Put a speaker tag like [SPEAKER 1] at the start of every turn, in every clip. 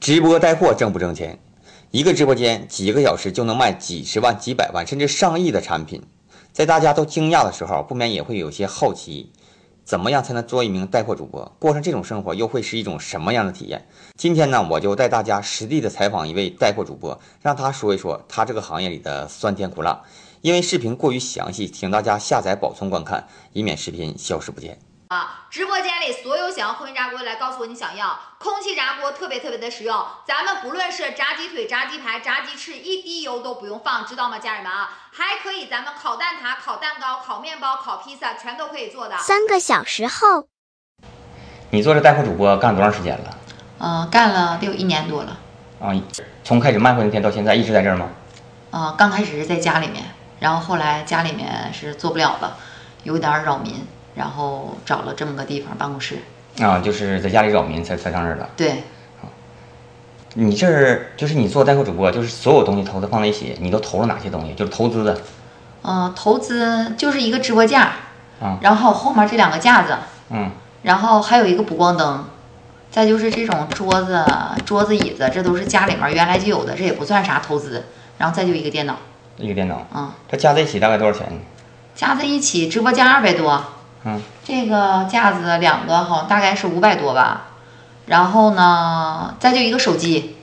[SPEAKER 1] 直播带货挣不挣钱？一个直播间几个小时就能卖几十万、几百万甚至上亿的产品，在大家都惊讶的时候，不免也会有些好奇，怎么样才能做一名带货主播？过上这种生活又会是一种什么样的体验？今天呢，我就带大家实地的采访一位带货主播，让他说一说他这个行业里的酸甜苦辣。因为视频过于详细，请大家下载保存观看，以免视频消失不见。
[SPEAKER 2] 啊！直播间里所有想要空气炸锅来告诉我你想要空气炸锅，特别特别的实用。咱们不论是炸鸡腿、炸鸡排、炸鸡翅，一滴油都不用放，知道吗，家人们啊？还可以咱们烤蛋挞、烤蛋糕、烤面包、烤披萨，全都可以做的。
[SPEAKER 3] 三个小时后，
[SPEAKER 1] 你做这带货主播干多长时间了？
[SPEAKER 2] 嗯、干了得有一年多了。
[SPEAKER 1] 啊，从开始卖货那天到现在一直在这儿吗？
[SPEAKER 2] 嗯、刚开始是在家里面，然后后来家里面是做不了了，有点扰民，然后找了这么个地方办公室。
[SPEAKER 1] 啊，就是在家里扰民才才上这儿的。
[SPEAKER 2] 对，
[SPEAKER 1] 你这儿就是你做带货主播，就是所有东西投资放在一起，你都投了哪些东西？就是投资的
[SPEAKER 2] 嗯、投资就是一个直播架，
[SPEAKER 1] 啊
[SPEAKER 2] 然后后面这两个架子，
[SPEAKER 1] 嗯，
[SPEAKER 2] 然后还有一个补光灯，再就是这种桌子、桌子、椅子，这都是家里面原来就有的，这也不算啥投资。然后再就一个电脑，
[SPEAKER 1] 一个电脑，
[SPEAKER 2] 嗯，
[SPEAKER 1] 它加在一起大概多少钱呢？
[SPEAKER 2] 加在一起直播间二百多，
[SPEAKER 1] 嗯，
[SPEAKER 2] 这个架子两个好像大概是五百多吧。然后呢，再就一个手机，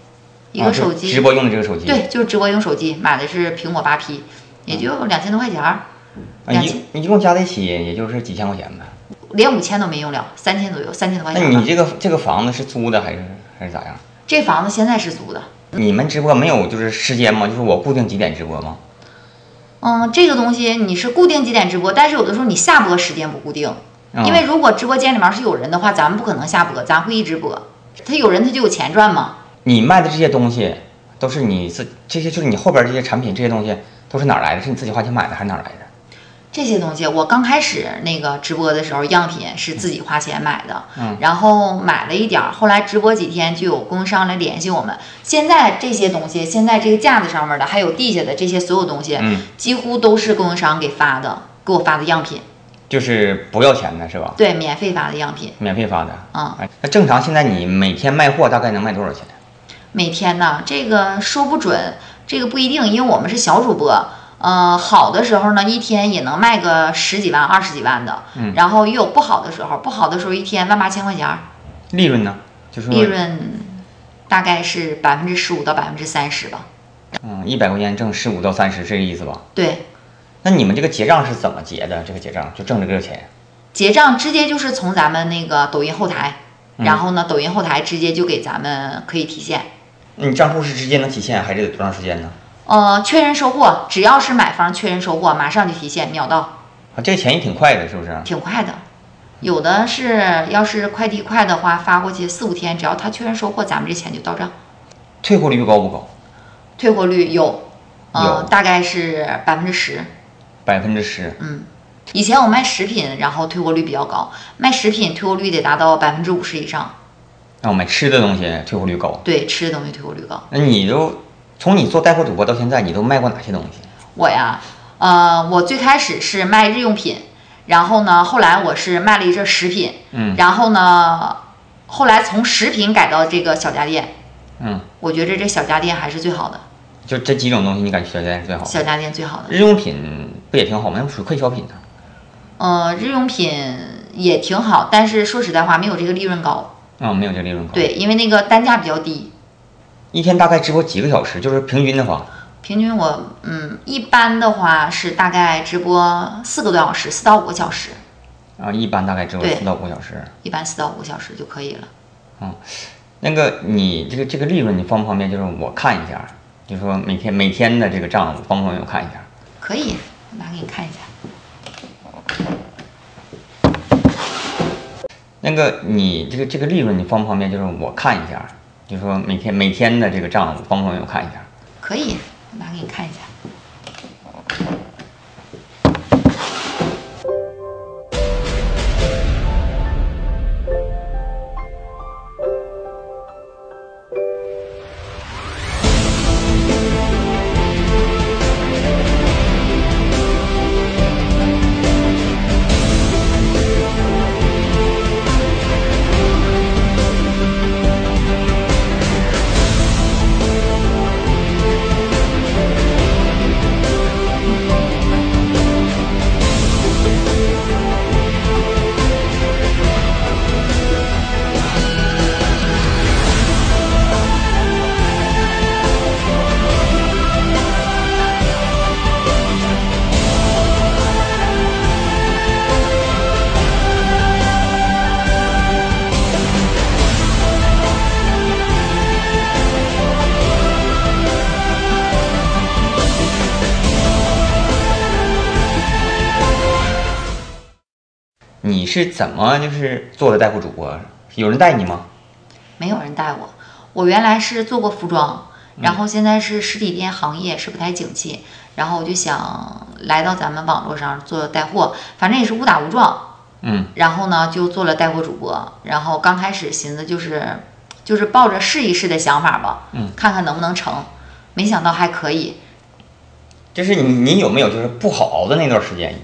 [SPEAKER 2] 一
[SPEAKER 1] 啊
[SPEAKER 2] 个
[SPEAKER 1] 就
[SPEAKER 2] 手机，
[SPEAKER 1] 直播用的这个手机，啊
[SPEAKER 2] 对，就是直播用手机，买的是苹果八 P，也就两千多块钱儿，
[SPEAKER 1] 啊，
[SPEAKER 2] 两千
[SPEAKER 1] 一一共加在一起也就是几千块钱呗。
[SPEAKER 2] 连五千都没用了，三千左右，三千多块
[SPEAKER 1] 那
[SPEAKER 2] 钱吧
[SPEAKER 1] 你。这个这个房子是租的还是还是咋样？
[SPEAKER 2] 这房子现在是租的，
[SPEAKER 1] 你们直播没有就是时间吗？就是我固定几点直播吗？
[SPEAKER 2] 嗯，这个东西你是固定几点直播，但是有的时候你下播时间不固定，
[SPEAKER 1] 嗯
[SPEAKER 2] 因为如果直播间里面是有人的话，咱们不可能下播，咱会一直播。他有人他就有钱赚嘛。
[SPEAKER 1] 你卖的这些东西都是你自这些，就是你后边这些产品这些东西都是哪儿来的？是你自己花钱买的还是哪儿来的？
[SPEAKER 2] 这些东西我刚开始那个直播的时候，样品是自己花钱买的，
[SPEAKER 1] 嗯
[SPEAKER 2] 然后买了一点儿，后来直播几天就有供应商来联系我们。现在这些东西，现在这个架子上面的，还有地下的这些所有东西，
[SPEAKER 1] 嗯
[SPEAKER 2] 几乎都是供应商给发的，给我发的样品，
[SPEAKER 1] 就是不要钱的是吧？
[SPEAKER 2] 对，免费发的样品。
[SPEAKER 1] 免费发的。
[SPEAKER 2] 嗯
[SPEAKER 1] 哎，那正常现在你每天卖货大概能卖多少钱？
[SPEAKER 2] 每天呢，这个说不准，这个不一定，因为我们是小主播。呃，好的时候呢，一天也能卖个十几万、二十几万的，嗯、然后也有不好的时候，不好的时候一天万八千块钱儿，
[SPEAKER 1] 利润呢？就是
[SPEAKER 2] 利润大概是百分之十五到百分之三十吧。
[SPEAKER 1] 嗯，一百块钱挣十五到三十，这个意思吧？
[SPEAKER 2] 对，
[SPEAKER 1] 那你们这个结账是怎么结的？这个结账就挣这个钱？
[SPEAKER 2] 结账直接就是从咱们那个抖音后台，然后呢，抖音后台直接就给咱们可以提现。
[SPEAKER 1] 你账户是直接能提现，还是得多长时间呢？
[SPEAKER 2] 呃，确认收货，只要是买方确认收货，马上就提现，秒到。
[SPEAKER 1] 啊，这个钱也挺快的，是不是？
[SPEAKER 2] 挺快的。有的是，要是快递快的话，发过去四五天，只要他确认收货，咱们这钱就到账。
[SPEAKER 1] 退货率高不高？
[SPEAKER 2] 退货率有，
[SPEAKER 1] 有
[SPEAKER 2] 呃，大概是百分之十。
[SPEAKER 1] 百分之十。
[SPEAKER 2] 嗯以前我卖食品，然后退货率比较高，卖食品退货率得达到百分之五十以上。
[SPEAKER 1] 那我买吃的东西退货率高。
[SPEAKER 2] 对，吃的东西退货率高。
[SPEAKER 1] 那你都从你做带货主播到现在，你都卖过哪些东西？
[SPEAKER 2] 我呀，呃，我最开始是卖日用品，然后呢，后来我是卖了一阵食品，
[SPEAKER 1] 嗯
[SPEAKER 2] 然后呢，后来从食品改到这个小家电，
[SPEAKER 1] 嗯，
[SPEAKER 2] 我觉着这小家电还是最好的，
[SPEAKER 1] 就这几种东西，你感觉现在是最好的？
[SPEAKER 2] 小家电最好的。
[SPEAKER 1] 日用品不也挺好吗？那不属于快消品呢、
[SPEAKER 2] 呃，日用品也挺好，但是说实在话，没有这个利润高。
[SPEAKER 1] 啊、没有这个利润高。，
[SPEAKER 2] 对，因为那个单价比较低，
[SPEAKER 1] 一天大概直播几个小时？就是平均的话，
[SPEAKER 2] 平均我嗯，一般的话是大概直播四个多小时，四到五个小时，
[SPEAKER 1] 啊，一般大概直播
[SPEAKER 2] 对
[SPEAKER 1] 四到五个小时。
[SPEAKER 2] 一般四到五个小时就可以了。
[SPEAKER 1] 那个你这个这个利润，你方不方便？就是我看一下，就说每天每天的这个账，方不方便我看一下？
[SPEAKER 2] 可以，我拿给你看一下。
[SPEAKER 1] 那个你这个这个利润，你方不方便？就是我看一下，就说每天每天的这个账，方不方便我看一下？
[SPEAKER 2] 可以，我拿给你看一下。
[SPEAKER 1] 你是怎么就是做的带货主播？有人带你吗？
[SPEAKER 2] 没有人带我。我原来是做过服装，
[SPEAKER 1] 嗯
[SPEAKER 2] 然后现在是实体店行业是不太景气，然后我就想来到咱们网络上做带货，反正也是误打误撞，
[SPEAKER 1] 嗯，
[SPEAKER 2] 然后呢就做了带货主播。然后刚开始寻思就是就是抱着试一试的想法吧，
[SPEAKER 1] 嗯，
[SPEAKER 2] 看看能不能成，没想到还可以。
[SPEAKER 1] 就是你你有没有就是不好熬的那段时间？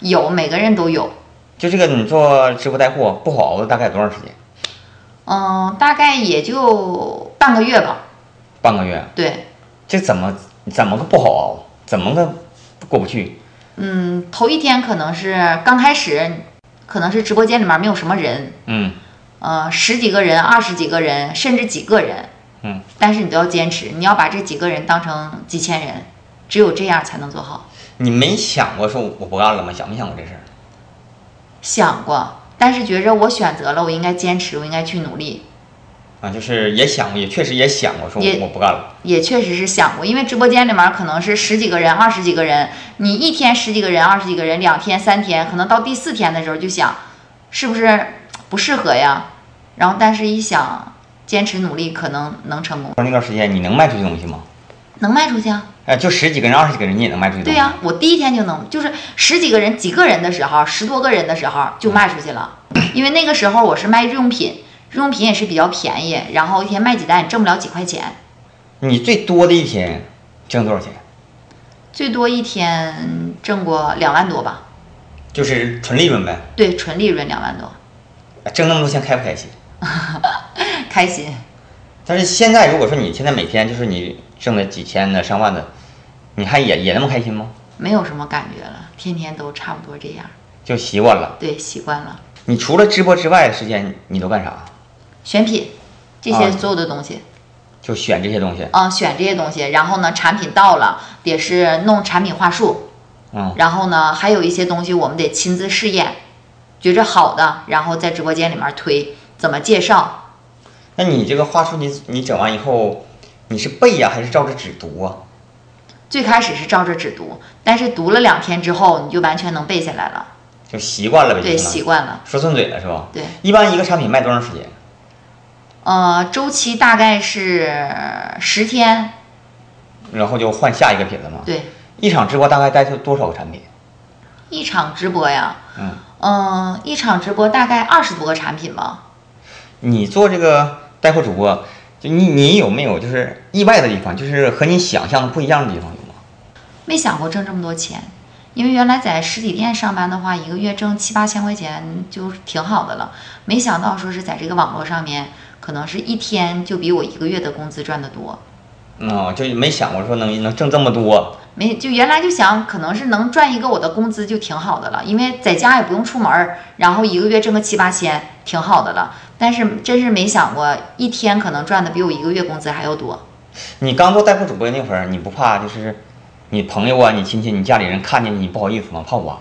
[SPEAKER 2] 有每个人都有，
[SPEAKER 1] 就这个你做直播带货不好熬的大概有多长时间？
[SPEAKER 2] 嗯，大概也就半个月吧。
[SPEAKER 1] 半个月？啊
[SPEAKER 2] 对，
[SPEAKER 1] 这怎么怎么个不好熬？怎么个过不去？
[SPEAKER 2] 嗯，头一天可能是刚开始，可能是直播间里面没有什么人，
[SPEAKER 1] 嗯
[SPEAKER 2] 呃，十几个人、二十几个人，甚至几个人，
[SPEAKER 1] 嗯，
[SPEAKER 2] 但是你都要坚持，你要把这几个人当成几千人，只有这样才能做好。
[SPEAKER 1] 你没想过说我不干了吗？想没想过这事儿？
[SPEAKER 2] 想过，但是觉着我选择了，我应该坚持，我应该去努力，
[SPEAKER 1] 啊，就是也想过，也确实也想过，说
[SPEAKER 2] 也
[SPEAKER 1] 我不干了。
[SPEAKER 2] 也确实是想过，因为直播间里面可能是十几个人、二十几个人，你一天十几个人、二十几个人，两天、三天，可能到第四天的时候就想，是不是不适合呀？然后但是一想，坚持努力可能能成功，
[SPEAKER 1] 那段时间你能卖出去东西吗？
[SPEAKER 2] 能卖出去啊？
[SPEAKER 1] 哎，就十几个人、二十几个人，你也能卖出去东
[SPEAKER 2] 对
[SPEAKER 1] 西？
[SPEAKER 2] 呀、我第一天就能，就是十几个人、几个人的时候，十多个人的时候就卖出去了，因为那个时候我是卖日用品，日用品也是比较便宜，然后一天卖几单也挣不了几块钱，
[SPEAKER 1] 你最多的一天挣多少钱？
[SPEAKER 2] 最多一天挣过两万多吧。
[SPEAKER 1] 就是纯利润呗。
[SPEAKER 2] 对，纯利润两万多，
[SPEAKER 1] 挣那么多钱开不开心？
[SPEAKER 2] 开心。
[SPEAKER 1] 但是现在如果说你现在每天就是你挣的几千的、上万的，你还也也那么开心吗？
[SPEAKER 2] 没有什么感觉了，天天都差不多这样，
[SPEAKER 1] 就习惯了。
[SPEAKER 2] 对，习惯了。
[SPEAKER 1] 你除了直播之外的时间，你都干啥？
[SPEAKER 2] 选品，这
[SPEAKER 1] 啊
[SPEAKER 2] 些所有的东西，
[SPEAKER 1] 就选这些东西。
[SPEAKER 2] 嗯，选这些东西，然后呢，产品到了也是弄产品话术，
[SPEAKER 1] 嗯，
[SPEAKER 2] 然后呢，还有一些东西我们得亲自试验，觉着好的，然后在直播间里面推，怎么介绍？
[SPEAKER 1] 那你这个话术你你整完以后，你是背呀、还是照着纸读啊？
[SPEAKER 2] 最开始是照着只读，但是读了两天之后，你就完全能背下来了，
[SPEAKER 1] 就习惯了呗，
[SPEAKER 2] 对，
[SPEAKER 1] 就相当于
[SPEAKER 2] 习惯了。
[SPEAKER 1] 说顺嘴了是吧？
[SPEAKER 2] 对，
[SPEAKER 1] 一般一个产品卖多长时间？
[SPEAKER 2] 呃，周期大概是十天，
[SPEAKER 1] 然后就换下一个品了嘛。
[SPEAKER 2] 对，
[SPEAKER 1] 一场直播大概带出多少个产品？
[SPEAKER 2] 一场直播呀，
[SPEAKER 1] 嗯，
[SPEAKER 2] 嗯，一场直播大概二十多个产品吧。
[SPEAKER 1] 你做这个带货主播，就你你有没有就是意外的地方，就是和你想象的不一样的地方有吗？
[SPEAKER 2] 没想过挣这么多钱，因为原来在实体店上班的话，一个月挣七八千块钱就挺好的了。没想到说是在这个网络上面，可能是一天就比我一个月的工资赚得多。
[SPEAKER 1] 嗯，就没想过说能能挣这么多。
[SPEAKER 2] 没就原来就想，可能是能赚一个我的工资就挺好的了，因为在家也不用出门儿，然后一个月挣个七八千，挺好的了。但是真是没想过，一天可能赚的比我一个月工资还要多。
[SPEAKER 1] 你刚做带货主播那会儿，你不怕就是你朋友啊、你亲戚、你家里人看见你不好意思吗？怕我？啊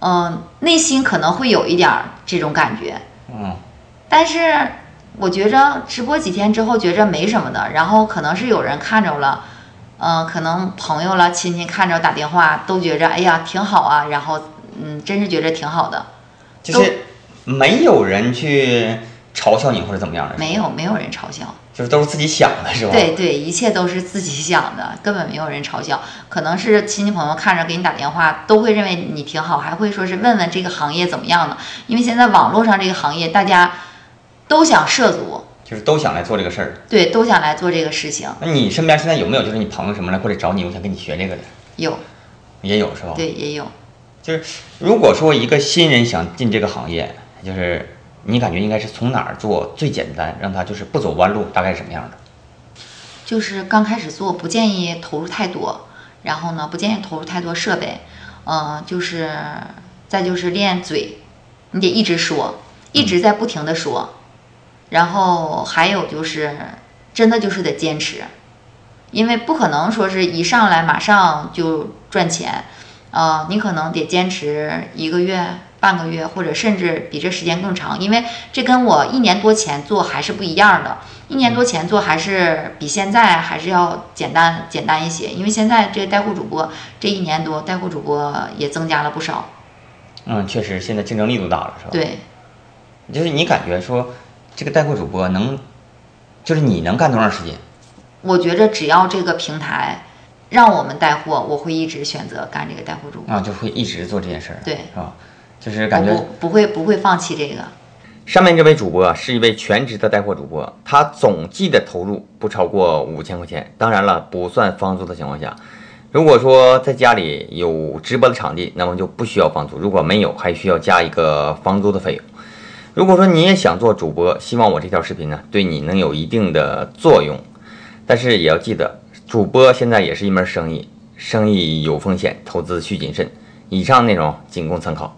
[SPEAKER 2] 嗯，内心可能会有一点儿这种感觉，
[SPEAKER 1] 嗯，
[SPEAKER 2] 但是我觉着直播几天之后觉着没什么的，然后可能是有人看着了，嗯、可能朋友了、亲戚看着打电话都觉着哎呀挺好啊，然后嗯，真是觉着挺好的，哦
[SPEAKER 1] 就是没有人去嘲笑你或者怎么样的，
[SPEAKER 2] 没有没有人嘲笑，
[SPEAKER 1] 就是都是自己想的是吧？
[SPEAKER 2] 对对，一切都是自己想的，根本没有人嘲笑，可能是亲戚朋友看着给你打电话都会认为你挺好，还会说是问问这个行业怎么样呢？因为现在网络上这个行业大家都想涉足。
[SPEAKER 1] 就是都想来做这个事儿。
[SPEAKER 2] 对，都想来做这个事情。
[SPEAKER 1] 那你身边现在有没有就是你朋友什么的过来找你，我想跟你学这个的，
[SPEAKER 2] 有，
[SPEAKER 1] 也有是吧？
[SPEAKER 2] 对，也有。
[SPEAKER 1] 就是如果说一个新人想进这个行业，就是你感觉应该是从哪儿做最简单，让他就是不走弯路，大概是什么样的？
[SPEAKER 2] 就是刚开始做，不建议投入太多，然后呢，不建议投入太多设备，嗯、就是再就是练嘴，你得一直说，一直在不停的说，然后还有就是真的就是得坚持，因为不可能说是一上来马上就赚钱，呃，你可能得坚持一个月、半个月，或者甚至比这时间更长，因为这跟我一年多前做还是不一样的。一年多前做还是比现在还是要简单简单一些，因为现在这带货主播这一年多带货主播也增加了不少，
[SPEAKER 1] 嗯，确实现在竞争力都大了，是吧？，
[SPEAKER 2] 对，
[SPEAKER 1] 就是你感觉说这个带货主播能，就是你能干多长时间？
[SPEAKER 2] 我觉着只要这个平台让我们带货，我会一直选择干这个带货主播，
[SPEAKER 1] 啊，就会一直做这件事儿，
[SPEAKER 2] 对
[SPEAKER 1] 是吧？就是感觉
[SPEAKER 2] 我不不会不会放弃这个。
[SPEAKER 1] 上面这位主播啊是一位全职的带货主播，他总计的投入不超过五千块钱，当然了，不算房租的情况下。如果说在家里有直播的场地，那么就不需要房租；如果没有，还需要加一个房租的费用。如果说你也想做主播，希望我这条视频呢对你能有一定的作用，但是也要记得，主播现在也是一门生意，生意有风险，投资需谨慎。以上内容仅供参考。